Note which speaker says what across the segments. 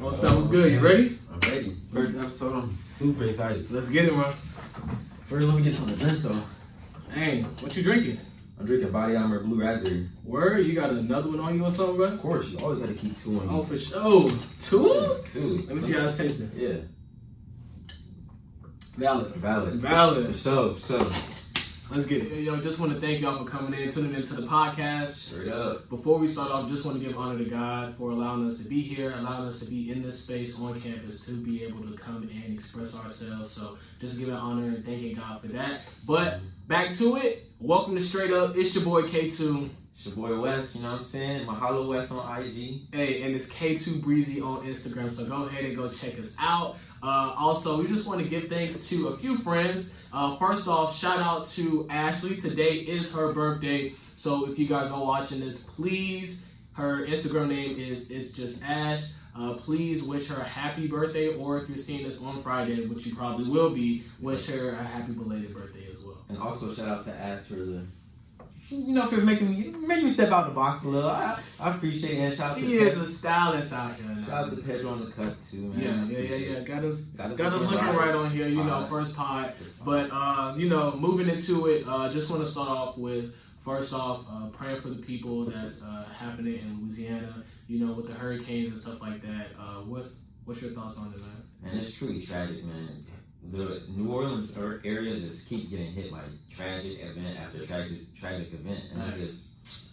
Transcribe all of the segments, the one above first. Speaker 1: Well, sounds good. You ready?
Speaker 2: I'm ready. First episode, I'm super excited.
Speaker 1: Let's get it, bro.
Speaker 2: First, let me get some to drink though.
Speaker 1: Hey, what you drinking?
Speaker 2: I'm drinking Body Armor Blue Raspberry.
Speaker 1: Word, you got another one on you or something, bro?
Speaker 2: Of course, you always gotta keep two on
Speaker 1: Oh,
Speaker 2: you.
Speaker 1: for sure. Two?
Speaker 2: Two.
Speaker 1: Let me see how it's tasting.
Speaker 2: Yeah,
Speaker 1: Valid.
Speaker 2: valid. For
Speaker 1: Valid.
Speaker 2: sure, for sure.
Speaker 1: Let's get it. Yo, just want to thank y'all for coming in, tuning into the podcast.
Speaker 2: Straight up.
Speaker 1: Before we start off, just want to give honor to God for allowing us to be here, allowing us to be in this space on campus to be able to come and express ourselves. So just giving honor and thanking God for that. But back to it. Welcome to Straight Up. It's your boy K2.
Speaker 2: It's your boy West, you know what I'm saying? Mahalo West on IG.
Speaker 1: Hey, and it's K2 Breezy on Instagram. So go ahead and go check us out. Uh, also, we just want to give thanks to a few friends. Uh, first off, shout out to Ashley. Today is her birthday. So if you guys are watching this, please, her Instagram name is it's just Ash. Uh, please wish her a happy birthday, or if you're seeing this on Friday, which you probably will be, wish her a happy belated birthday as well.
Speaker 2: And also shout out to Ash for the you know for making me making me step out the box a little. I, I appreciate it. And shout out
Speaker 1: She
Speaker 2: to
Speaker 1: is a stylist out here.
Speaker 2: shout out to Pedro on the cut too, man.
Speaker 1: Yeah,
Speaker 2: I
Speaker 1: yeah, yeah,
Speaker 2: appreciate
Speaker 1: yeah.
Speaker 2: it.
Speaker 1: Got us,
Speaker 2: Got us
Speaker 1: got us
Speaker 2: looking
Speaker 1: looking
Speaker 2: right.
Speaker 1: right on here. You know,
Speaker 2: Alright.
Speaker 1: first pod.
Speaker 2: It's fine.
Speaker 1: But uh, you know, moving into it, uh, just want to start off with first off uh, praying for the people that's uh, happening in Louisiana. You know, with the hurricanes and stuff like that. Uh, what's what's your thoughts on it, man?
Speaker 2: And it's truly tragic, man. The New Orleans ar- area just keeps getting hit by tragic event after tragic tragic event, and it's
Speaker 1: Nice.
Speaker 2: just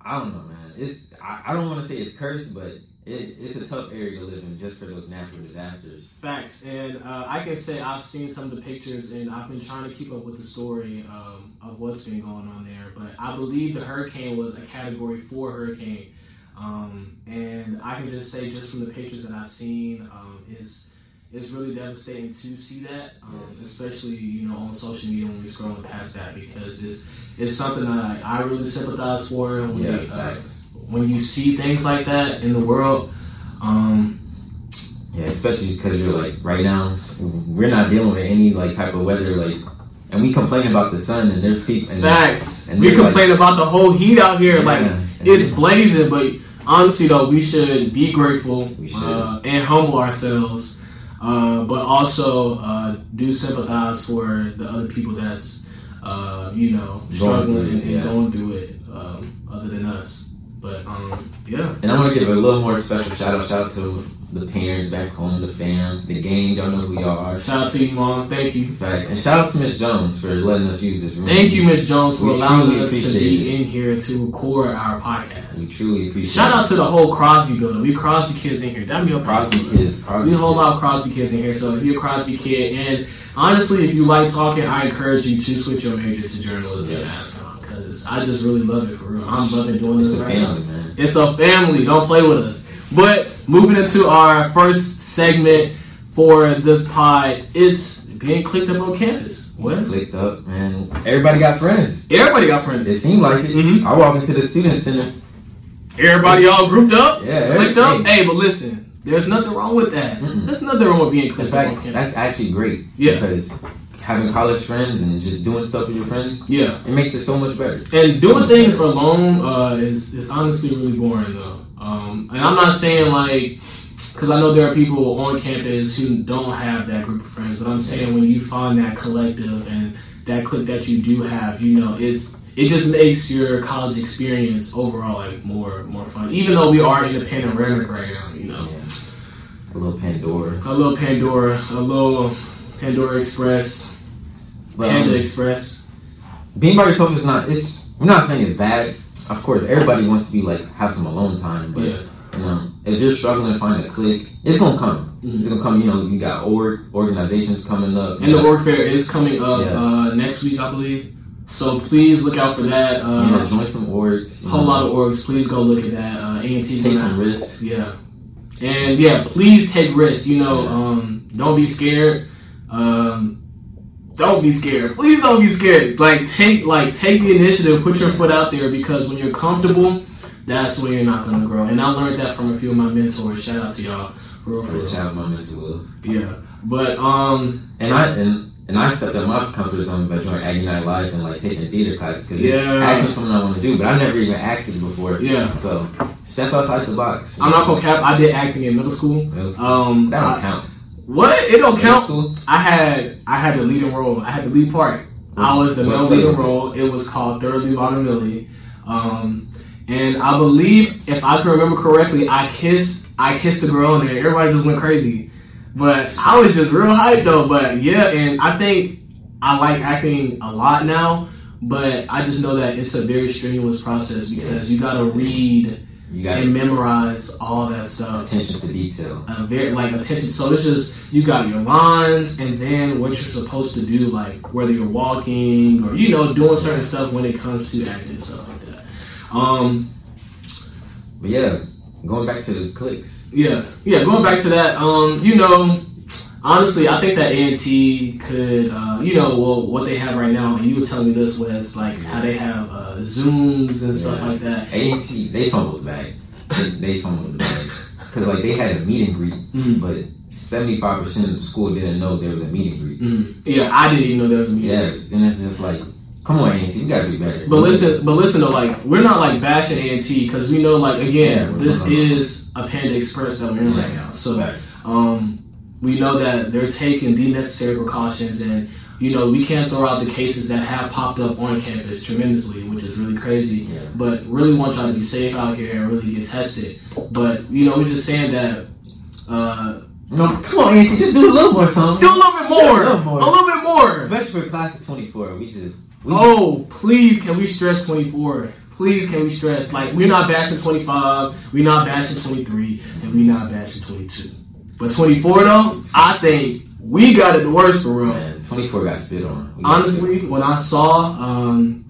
Speaker 2: I don't know, man. It's I, I don't want to say it's cursed, but it, it's a tough area to live in just for those natural disasters.
Speaker 1: Facts, and uh, I can say I've seen some of the pictures, and I've been trying to keep up with the story um, of what's been going on there. But I believe the hurricane was a Category Four hurricane, um, and I can just say, just from the pictures that I've seen, um, it's it's really devastating to see that, um,
Speaker 2: Yes.
Speaker 1: especially you know on social media when we're scrolling past that because it's it's something that I really sympathize for. And when you, uh, when you see things like that in the world. Um,
Speaker 2: Yeah, especially because you're like right now s- we're not dealing with any like type of weather, like, and we complain about the sun and there's people. And
Speaker 1: Facts.
Speaker 2: And
Speaker 1: we
Speaker 2: they're
Speaker 1: complain about the whole heat out here.
Speaker 2: Yeah.
Speaker 1: Like
Speaker 2: And
Speaker 1: it's
Speaker 2: they-
Speaker 1: blazing, but honestly though, we should be grateful
Speaker 2: We should.
Speaker 1: Uh, and humble ourselves. Uh, but also uh, do sympathize for the other people that's uh, you know
Speaker 2: Going
Speaker 1: struggling
Speaker 2: through it,
Speaker 1: and
Speaker 2: yeah.
Speaker 1: going through it um, other than us. But um, yeah,
Speaker 2: And I want to give a little more special shout out. Shout out to the parents back home, the fam, the gang. Y'all know who y'all are.
Speaker 1: shout out to you, mom. Thank you.
Speaker 2: Facts. And shout out to Miss Jones for letting us use this room.
Speaker 1: Thank you, Miss Jones, for
Speaker 2: We
Speaker 1: allowing
Speaker 2: truly
Speaker 1: us to
Speaker 2: appreciate
Speaker 1: be in here to record our
Speaker 2: We
Speaker 1: podcast.
Speaker 2: truly appreciate.
Speaker 1: Shout out
Speaker 2: it.
Speaker 1: to the whole Crosby building. We Crosby kids in here. That me a
Speaker 2: Crosby kids. Crosby
Speaker 1: We hold
Speaker 2: kids.
Speaker 1: out Crosby kids in here, so if you're a Crosby kid, and honestly, if you like talking, I encourage you to switch your major to journalism and
Speaker 2: Yes.
Speaker 1: Ascom because I just really love it for real. I'm loving doing
Speaker 2: It's
Speaker 1: this
Speaker 2: a
Speaker 1: right now.
Speaker 2: family, man.
Speaker 1: It's a family. Don't play with us. But moving into our first segment for this pod, it's being clicked up on campus. What?
Speaker 2: Clicked up, man. Everybody got friends.
Speaker 1: Everybody got friends.
Speaker 2: It seemed like it.
Speaker 1: Mhm.
Speaker 2: I walk into the student center.
Speaker 1: Everybody all grouped up,
Speaker 2: Yeah,
Speaker 1: clicked up.
Speaker 2: everything.
Speaker 1: Hey, but listen, there's nothing wrong with that.
Speaker 2: Mm-mm.
Speaker 1: There's nothing wrong with being
Speaker 2: In
Speaker 1: clicked up on
Speaker 2: fact,
Speaker 1: campus.
Speaker 2: that's actually great.
Speaker 1: Yeah.
Speaker 2: Because having college friends and just doing stuff with your friends,
Speaker 1: Yeah.
Speaker 2: it makes it so much better.
Speaker 1: And
Speaker 2: So
Speaker 1: doing
Speaker 2: much
Speaker 1: things
Speaker 2: better.
Speaker 1: alone uh, is is honestly really boring though. Um, and I'm not saying like because I know there are people on campus who don't have that group of friends, but I'm saying when you find that collective and that clique that you do have, you know, it's it just makes your college experience overall like more more fun. Even though we are in a pandemic right now, you know,
Speaker 2: Yeah. A little Pandora.
Speaker 1: a little Pandora, a little Pandora Express,
Speaker 2: But, um,
Speaker 1: Panda Express.
Speaker 2: being by yourself is not. It's. We're not saying it's bad. Of course, everybody wants to be like have some alone time, but.
Speaker 1: Yeah,
Speaker 2: And, um, if you're struggling to find a click, it's gonna come.
Speaker 1: Mhm.
Speaker 2: It's gonna come. You know, you got org organizations coming up.
Speaker 1: And the org fair is coming up
Speaker 2: Yeah.
Speaker 1: uh, next week, I believe. So please look out for that.
Speaker 2: yeah,
Speaker 1: Uh,
Speaker 2: join some orgs. you
Speaker 1: whole
Speaker 2: know,
Speaker 1: lot of orgs. Please go look at that. Uh, AMT's
Speaker 2: take
Speaker 1: gonna-
Speaker 2: some risks.
Speaker 1: Yeah. And yeah, please take risks. You know,
Speaker 2: Yeah.
Speaker 1: um, don't be scared. Um, don't be scared. Please don't be scared. Like take like take the initiative. Put your foot out there because when you're comfortable, that's when you're not gonna grow. And I learned that from a few of my mentors. Shout out to y'all. For real, for
Speaker 2: Or
Speaker 1: real.
Speaker 2: shout out my mental health.
Speaker 1: Yeah. But um,
Speaker 2: And I and. And I stepped out my comfort zone by joining Aggie Night Live and like taking theater classes because yeah. acting's something I want to do, but I never even acted before.
Speaker 1: Yeah.
Speaker 2: So step outside the box.
Speaker 1: I'm not gonna cap. I did acting in middle school.
Speaker 2: Middle school.
Speaker 1: Um,
Speaker 2: That don't
Speaker 1: I-
Speaker 2: count.
Speaker 1: What? It don't
Speaker 2: Middle
Speaker 1: count.
Speaker 2: school?
Speaker 1: I had I had the leading role. I had the lead part. I was the
Speaker 2: What
Speaker 1: male
Speaker 2: play
Speaker 1: leading
Speaker 2: was it?
Speaker 1: role. It was called Thoroughly Watermelon. Um, and I believe, if I can remember correctly, I kissed I kissed a girl and everybody just went crazy. But I was just real hyped though. But yeah, and I think I like acting a lot now. But I just know that it's a very strenuous process because you gotta read
Speaker 2: You got
Speaker 1: and memorize all that stuff
Speaker 2: attention to detail.
Speaker 1: a uh, very like attention. So this is you got your lines, and then what you're supposed to do, like whether you're walking or you know doing certain stuff when it comes to acting stuff like that. Um,
Speaker 2: But yeah, going back to the clicks.
Speaker 1: yeah, yeah. Going back to that, um, you know, honestly, I think that ANT could, uh, you know, well, what they have right now, and you were telling me this was like how they have uh, Zooms and stuff
Speaker 2: Yeah.
Speaker 1: like that.
Speaker 2: AT they fumbled the bag. They, they fumbled the bag because like they had a meet and greet,
Speaker 1: Mm,
Speaker 2: but seventy five percent of the school didn't know there was a meet and greet.
Speaker 1: mm. Yeah, I didn't even know there was a meeting.
Speaker 2: Yeah, and it's just like, come on, AT, you gotta be better.
Speaker 1: But listen, but listen though, like we're not like bashing ANT because we know, like
Speaker 2: Yeah,
Speaker 1: again,
Speaker 2: we're
Speaker 1: this
Speaker 2: not.
Speaker 1: is a Panda Express that we're in right now. So,
Speaker 2: Facts.
Speaker 1: um, we know that they're taking the necessary precautions, and you know we can't throw out the cases that have popped up on campus tremendously, which is really crazy.
Speaker 2: Yeah.
Speaker 1: But really want y'all to be safe out here and really get tested. But you know, we're just saying that. Uh,
Speaker 2: No, come on, Auntie, just do a little more
Speaker 1: do
Speaker 2: something.
Speaker 1: a little bit
Speaker 2: A
Speaker 1: more,
Speaker 2: little more.
Speaker 1: a little bit more.
Speaker 2: Especially for class of 24, we just. We,
Speaker 1: Oh, please, can we stress 24? Please, can we stress? Like, we're not bashing 25, we're not bashing 23, and we're not bashing 22. But 24, though, I think we got it the worst for real.
Speaker 2: Man, 24 got spit on. We got
Speaker 1: Honestly, when I saw um,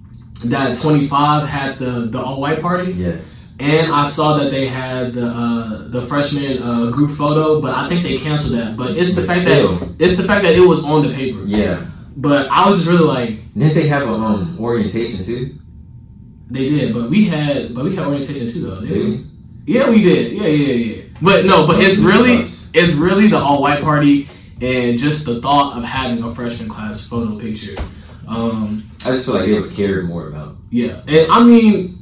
Speaker 1: that 25 had the, the all white
Speaker 2: spit-
Speaker 1: party,
Speaker 2: Yes.
Speaker 1: and I saw that they had the uh, the freshman uh, group photo, but I think they canceled that. But it's the
Speaker 2: But
Speaker 1: fact
Speaker 2: still.
Speaker 1: that it's the fact that it was on the paper.
Speaker 2: Yeah.
Speaker 1: But I was just really like,
Speaker 2: Didn't they have a um, orientation too?
Speaker 1: They did, but we had but we had orientation too though, didn't we?
Speaker 2: Maybe.
Speaker 1: Yeah, we did. Yeah, yeah, yeah. But no, but it's really it's really the all white party and just the thought of having a freshman class photo picture. Um,
Speaker 2: I just feel like they was cared more about.
Speaker 1: yeah, and I mean,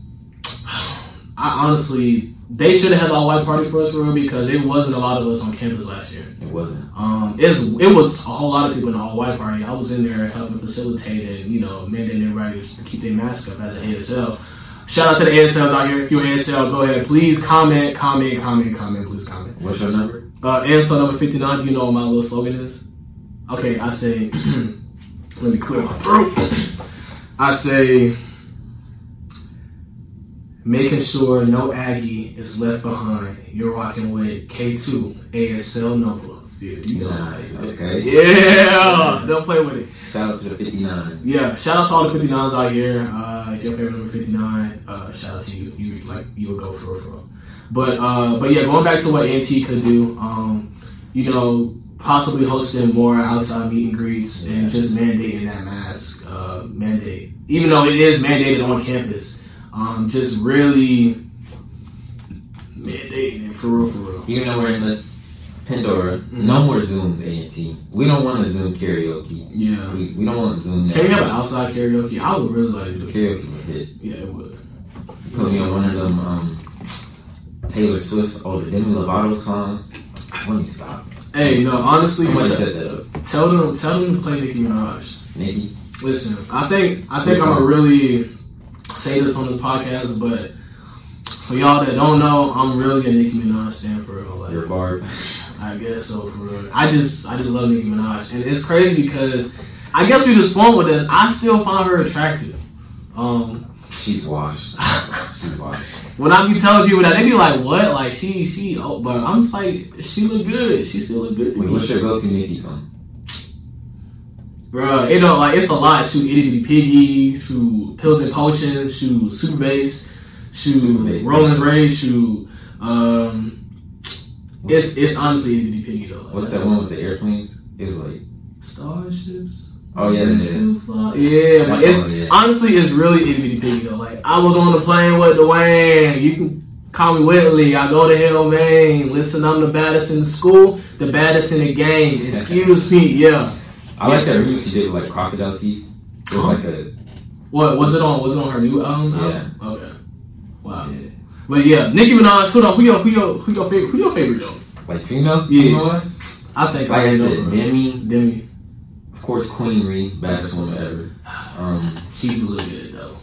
Speaker 1: I honestly they should have had the all white party for us for real because it wasn't a lot of us on campus last year.
Speaker 2: It wasn't.
Speaker 1: Um, it's, it was a whole lot of people in the all white party. I was in there helping facilitate and you know mandating everybody to keep their mask up as an ASL. Shout out to the ASLs out here. If you're ASL, go ahead. Please comment, comment, comment, comment. Please comment.
Speaker 2: What's your number?
Speaker 1: Uh, ASL number fifty nine. You know what my little slogan is? Okay, I say. let me clear my throat. I say. Making sure no Aggie is left behind. You're rocking with K2 ASL number 59.
Speaker 2: okay.
Speaker 1: Yeah, don't play with it.
Speaker 2: Shout out to the 59.
Speaker 1: Yeah, shout out to all the 59s out here. Uh, if your favorite number 59, uh, shout out to you. You like you would go for it, for it. But uh, but yeah, going back to what NT could do, um, you know, possibly hosting more outside meet and greets and just mandating that mask uh, mandate, even though it is mandated on campus. Um, just really mandating it for real, for real.
Speaker 2: Even though we're in the Pandora,
Speaker 1: Mm.
Speaker 2: no more Zooms, A&T. We don't want a Zoom karaoke.
Speaker 1: Yeah.
Speaker 2: We, we don't want Zoom.
Speaker 1: Can we have an
Speaker 2: night.
Speaker 1: outside karaoke? I would really like to do it.
Speaker 2: Karaoke would hit.
Speaker 1: Yeah, it would.
Speaker 2: Put me on one of them um, Taylor Swift or the Demi Lovato songs. Let me stop.
Speaker 1: Hey, no, honestly,
Speaker 2: Somebody
Speaker 1: t-
Speaker 2: set that up.
Speaker 1: tell them, tell them to play Nicki Minaj.
Speaker 2: Nikki.
Speaker 1: Listen, I think, I think I'm gonna really say this on this podcast, but for y'all that don't know, I'm really a Nicki Minaj stan for real. Like,
Speaker 2: Your barb.
Speaker 1: I guess so for real. I just, I just love Nicki Minaj, and it's crazy because I guess we just born with this. I still find her attractive. Um,
Speaker 2: She's washed. She's washed.
Speaker 1: when I be telling people that, they be like, "What? Like she, she?" Oh, but I'm just like, she look good. She still look good. to
Speaker 2: Wait,
Speaker 1: me.
Speaker 2: what's your go-to Nikki song?
Speaker 1: Bruh, you know, like it's a lot. Shoot itty bitty piggy, shoot pills and potions, shoot super bass,
Speaker 2: Super
Speaker 1: shoot
Speaker 2: Bass,
Speaker 1: Rollins Ray, shoot. Um, it's it's honestly itty bitty piggy though.
Speaker 2: What's that one with the airplanes? It was like,
Speaker 1: Starships.
Speaker 2: oh yeah, yeah, yeah.
Speaker 1: Too far. Yeah, but
Speaker 2: That
Speaker 1: it's
Speaker 2: song, yeah.
Speaker 1: honestly it's really itty bitty piggy though. Like I was on the plane with Dwayne. You can call me Whitley. I go to hell, man. Listen, I'm the baddest in the school, the baddest in the game. Excuse me, yeah.
Speaker 2: I like that remix she did with like crocodile teeth. It was like a
Speaker 1: What was it on? Was it on her new album? now?
Speaker 2: Yeah.
Speaker 1: Okay. Wow.
Speaker 2: yeah,
Speaker 1: But yeah, Nicki Minaj. Hold on. Who your who your who your favorite? Who your favorite though?
Speaker 2: like female
Speaker 1: Yeah.
Speaker 2: female ones.
Speaker 1: I think
Speaker 2: Like I
Speaker 1: already
Speaker 2: said,
Speaker 1: bro.
Speaker 2: Demi,
Speaker 1: Demi.
Speaker 2: of course, Queen Ree, baddest woman ever. Um,
Speaker 1: She do look good though.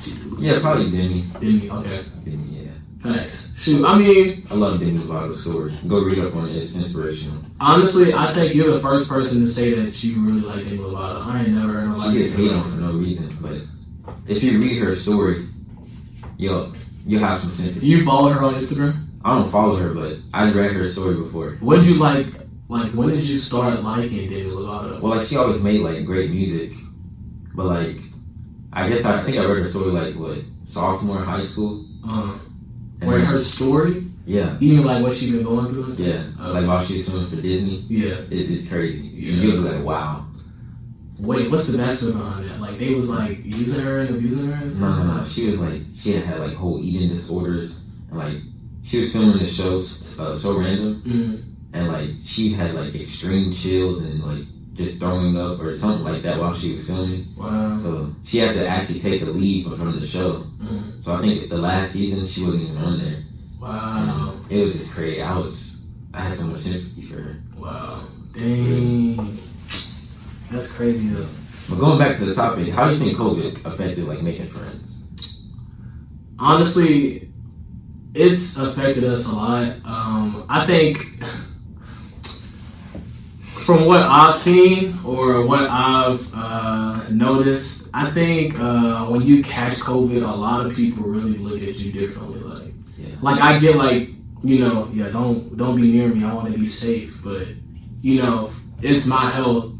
Speaker 1: She do look
Speaker 2: yeah,
Speaker 1: good.
Speaker 2: probably Demi.
Speaker 1: Demi. Okay.
Speaker 2: Demi, yeah.
Speaker 1: Facts. Shoot. I mean.
Speaker 2: I love Demi Lovato's story. Go read up on it. It's inspirational.
Speaker 1: Honestly, I think you're the first person to say that you really like Demi Lovato. I ain't never heard
Speaker 2: She
Speaker 1: nobody
Speaker 2: gets
Speaker 1: say
Speaker 2: hate on
Speaker 1: that.
Speaker 2: for no reason, but if you read her story, you'll you'll have some sympathy.
Speaker 1: You follow her on Instagram?
Speaker 2: I don't follow her, but I read her story before.
Speaker 1: When did you like, like, when did you start liking Demi Lovato?
Speaker 2: Well, like she always made like great music, but like I guess I think I read her story like what sophomore in high school.
Speaker 1: Um,
Speaker 2: And
Speaker 1: like her story,
Speaker 2: yeah,
Speaker 1: even like what she been going through and stuff?
Speaker 2: yeah, like while she was filming for Disney,
Speaker 1: Yeah.
Speaker 2: it, it's crazy.
Speaker 1: Yeah.
Speaker 2: You'll be like, wow.
Speaker 1: Wait, what's the backstory behind that? Like, they was like using her and abusing her and stuff?
Speaker 2: No, no, no. She was like she had had like whole eating disorders and like she was filming the show uh, so random.
Speaker 1: Mm.
Speaker 2: and like she had like extreme chills and like just throwing up or something like that while she was filming.
Speaker 1: Wow.
Speaker 2: So she had to actually take a leave from the show.
Speaker 1: Mm.
Speaker 2: So I think the last season she wasn't even on there. Um,
Speaker 1: Wow.
Speaker 2: It was just crazy. I was I had so much sympathy for her.
Speaker 1: Wow. Dang. That's crazy though.
Speaker 2: But going back to the topic, how do you think COVID affected like making friends?
Speaker 1: honestly, it's affected us a lot. Um, I think from what I've seen or what I've uh, noticed, I think uh, when you catch COVID, a lot of people really look at you differently. Like,
Speaker 2: Yeah.
Speaker 1: like I get like you know, yeah, don't don't be near me. I want to be safe, but you know, it's my health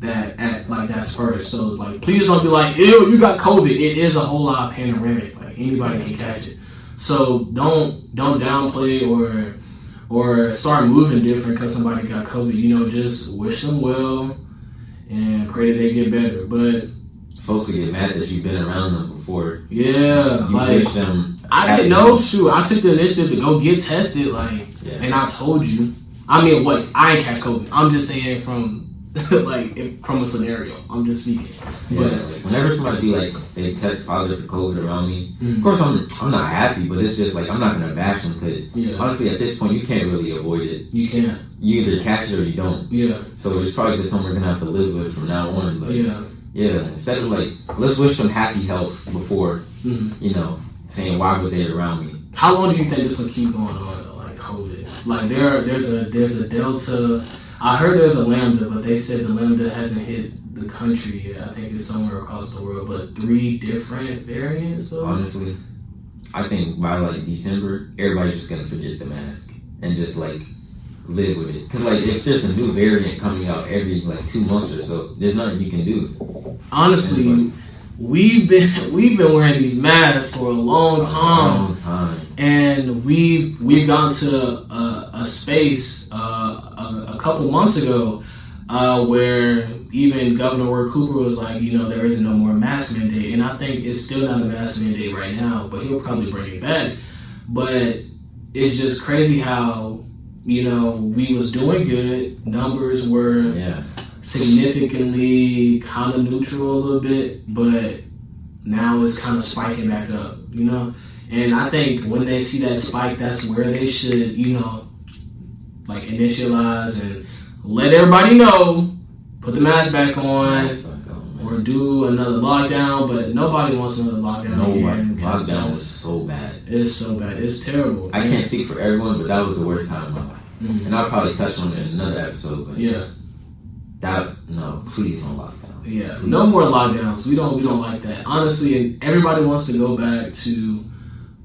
Speaker 1: that at like that's first. So like, please don't be like, ew, you got COVID. It is a whole lot panoramic. Like anybody can catch it. So don't don't downplay or or start moving different because somebody got COVID. You know, just wish them well and pray that they get better. But
Speaker 2: Folks will get mad that you've been around them before.
Speaker 1: yeah,
Speaker 2: You
Speaker 1: like
Speaker 2: wish them.
Speaker 1: I
Speaker 2: happy.
Speaker 1: didn't know. Shoot, I took the initiative to go get tested. Like.
Speaker 2: Yeah.
Speaker 1: and I told you. I mean, what? I ain't catch COVID. I'm just saying from like if- from a scenario. I'm just speaking.
Speaker 2: yeah. Like, whenever somebody be like they test positive for COVID around me, Of
Speaker 1: Mm.
Speaker 2: course, I'm I'm not happy, but it's just like I'm not gonna bash them because
Speaker 1: Yeah,
Speaker 2: honestly, at this point, you can't really avoid it.
Speaker 1: you can.
Speaker 2: You either catch it or you don't.
Speaker 1: Yeah,
Speaker 2: So it's probably just something we're gonna have to live with from now on. But yeah,
Speaker 1: yeah.
Speaker 2: instead of like let's wish them happy health before
Speaker 1: Mhm.
Speaker 2: you know saying why was they around me.
Speaker 1: How long do you think this will keep going on? though, Like COVID. Like there, there's a there's a delta. I heard there's a lambda, but they said the lambda hasn't hit the country yet. I think it's somewhere across the world, but three different variants. Of?
Speaker 2: Honestly, I think by like December, everybody's just gonna forget the mask and just like live with it. Cause like if there's a new variant coming out every like two months or so, there's nothing you can do.
Speaker 1: Honestly, we've been we've been wearing these masks for a long time.
Speaker 2: Long time.
Speaker 1: and we've we've gone to a, a space uh, a, a couple months ago uh, where even Governor Ward Cooper was like, you know, there is no more mask mandate, and I think it's still not a mask mandate right now, but he'll probably bring it back. But it's just crazy how you know we was doing good, numbers were
Speaker 2: Yeah.
Speaker 1: significantly kind of neutral a little bit, but now it's kind of spiking back up, you know? And I think when they see that spike, that's where they should, you know, like initialize and let everybody know, put the mask back on,
Speaker 2: That's not going, oh,
Speaker 1: or
Speaker 2: man.
Speaker 1: do another lockdown, but nobody wants another lockdown.
Speaker 2: No,
Speaker 1: again
Speaker 2: my
Speaker 1: because
Speaker 2: lockdown
Speaker 1: that's-
Speaker 2: was so bad.
Speaker 1: It's so bad. It's terrible.
Speaker 2: I can't speak for everyone, but that was the worst time of my life.
Speaker 1: Mhm.
Speaker 2: And I'll probably touch on it in another episode, but
Speaker 1: Yeah.
Speaker 2: that, no, please no lockdown.
Speaker 1: Yeah, no more lockdowns. We don't we don't like that. Honestly, and everybody wants to go back to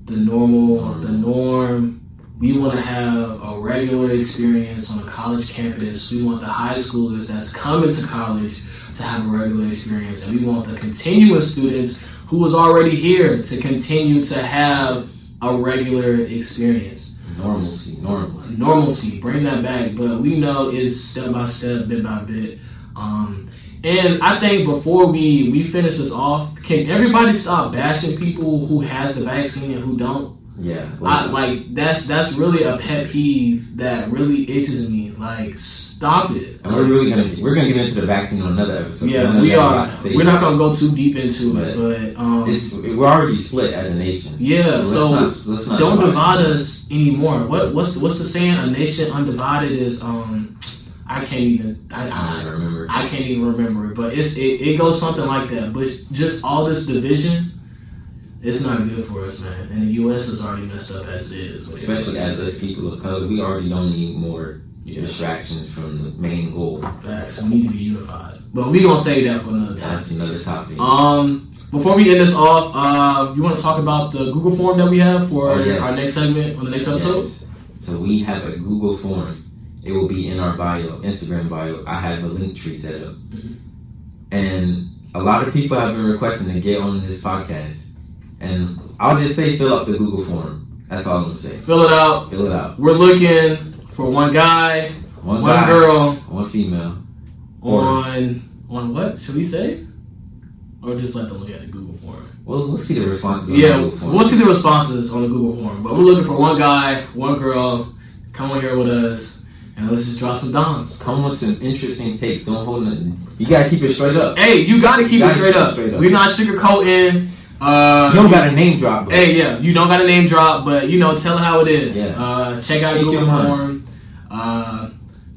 Speaker 1: the normal, the norm. We want to have a regular experience on a college campus. We want the high schoolers that's coming to college to have a regular experience, and we want the continuing students who was already here to continue to have a regular experience
Speaker 2: Normalcy, normalcy.
Speaker 1: normalcy, bring that back. But we know it's step by step, bit by bit. Um, and I think before we we finish this off, can everybody stop bashing people who has the vaccine and who don't?
Speaker 2: Yeah.
Speaker 1: I, like that's that's really a pet peeve that really itches me. Like, stop it.
Speaker 2: and we're really gonna we're gonna get into the vaccine on another episode. I
Speaker 1: yeah,
Speaker 2: know
Speaker 1: we
Speaker 2: that's a
Speaker 1: are.
Speaker 2: lot to say.
Speaker 1: We're not gonna go too deep into it, but um,
Speaker 2: It's, we're already split as a nation.
Speaker 1: yeah.
Speaker 2: Let's
Speaker 1: So
Speaker 2: not- let's not
Speaker 1: don't divide us anymore. What what's what's the saying? A nation undivided is um, I can't even. I,
Speaker 2: I don't
Speaker 1: I,
Speaker 2: even remember.
Speaker 1: I can't even remember it, but it's it, it goes something like that. But just all this division, it's not good for us, man. And the U.S. is already messed up as it is,
Speaker 2: Especially as us people of color, we already don't need more
Speaker 1: yeah,
Speaker 2: distractions from the main goal.
Speaker 1: facts. We need to be unified, but we gonna save that for another time.
Speaker 2: That's another topic.
Speaker 1: Um, before we end this off, uh, you want to talk about the Google form that we have for
Speaker 2: Oh, yes.
Speaker 1: our next segment on the next episode?
Speaker 2: Yes. So we have a Google form. It will be in our bio, Instagram bio. I have a link tree set up.
Speaker 1: Mhm.
Speaker 2: And a lot of people have been requesting to get on this podcast. And I'll just say fill out the Google form. That's all I'm gonna say.
Speaker 1: Fill it out.
Speaker 2: Fill it out.
Speaker 1: We're looking for one guy,
Speaker 2: One,
Speaker 1: one
Speaker 2: guy,
Speaker 1: girl
Speaker 2: one female. Or-
Speaker 1: on on what should we say? Or just let them look at the Google form.
Speaker 2: Well, we'll see the responses. on
Speaker 1: Yeah,
Speaker 2: the Google form.
Speaker 1: we'll see the responses on the Google form. But we're looking for one guy, one girl. Come on here with us, and let's just drop some dimes.
Speaker 2: Come with some interesting takes. Don't hold nothing. You gotta keep it straight up.
Speaker 1: Hey, you got to keep
Speaker 2: You
Speaker 1: it
Speaker 2: gotta
Speaker 1: straight
Speaker 2: keep it
Speaker 1: up.
Speaker 2: straight up.
Speaker 1: We're not sugarcoating. Uh,
Speaker 2: You don't got a name drop. but
Speaker 1: Hey, yeah, you don't got a name drop, but you know, tell it how it is.
Speaker 2: Yeah.
Speaker 1: Uh, check out
Speaker 2: Speak
Speaker 1: Google
Speaker 2: your mind.
Speaker 1: form. Uh,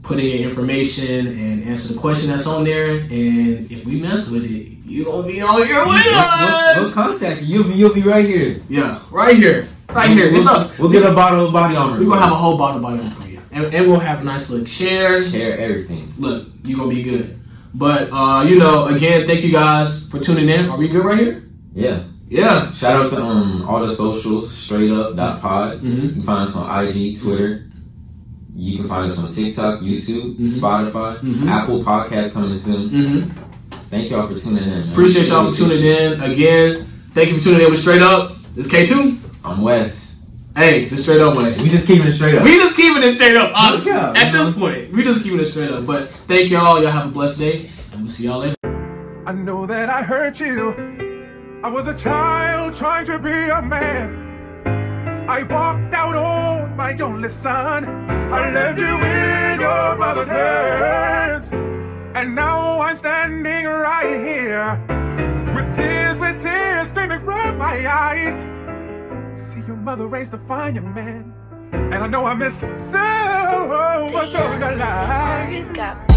Speaker 1: put in your information and answer the question that's on there. And if we mess with it, you gonna be on here with
Speaker 2: We'll, we'll
Speaker 1: us.
Speaker 2: contact you. You'll be, you'll be right here.
Speaker 1: Yeah, right here, right here.
Speaker 2: We'll,
Speaker 1: It's up.
Speaker 2: we'll get a bottle of body armor.
Speaker 1: We're gonna have a whole bottle by them for you, and, and we'll have a nice little chair.
Speaker 2: Share everything.
Speaker 1: Look, you gonna be good. But uh, you know, again, thank you guys for tuning in. Are we good right here?
Speaker 2: Yeah.
Speaker 1: Yeah.
Speaker 2: Shout out to um all the socials, straight up dot pod.
Speaker 1: Mhm.
Speaker 2: You can find us on IG, Twitter. You can find us on TikTok, YouTube,
Speaker 1: Mhm.
Speaker 2: Spotify,
Speaker 1: Mhm.
Speaker 2: Apple Podcast coming soon.
Speaker 1: hmm
Speaker 2: Thank y'all for tuning in. man.
Speaker 1: Appreciate y'all for tuning in again. Thank you for tuning in with Straight Up. It's K2.
Speaker 2: I'm Wes.
Speaker 1: Hey, the Straight Up way.
Speaker 2: We just keeping it straight up.
Speaker 1: We just keeping it straight up, honestly.
Speaker 2: Look out,
Speaker 1: At
Speaker 2: you
Speaker 1: this point, we just keeping it straight up. But thank y'all. Y'all have a blessed day, and we'll see y'all later.
Speaker 3: I know that I hurt you. I was a child trying to be a man. I walked out on my only son. I left you in your mother's hands. And now I'm standing right here with tears, with tears streaming from my eyes. See your mother raised a fine young man. And I know I missed so much of your life.
Speaker 4: Got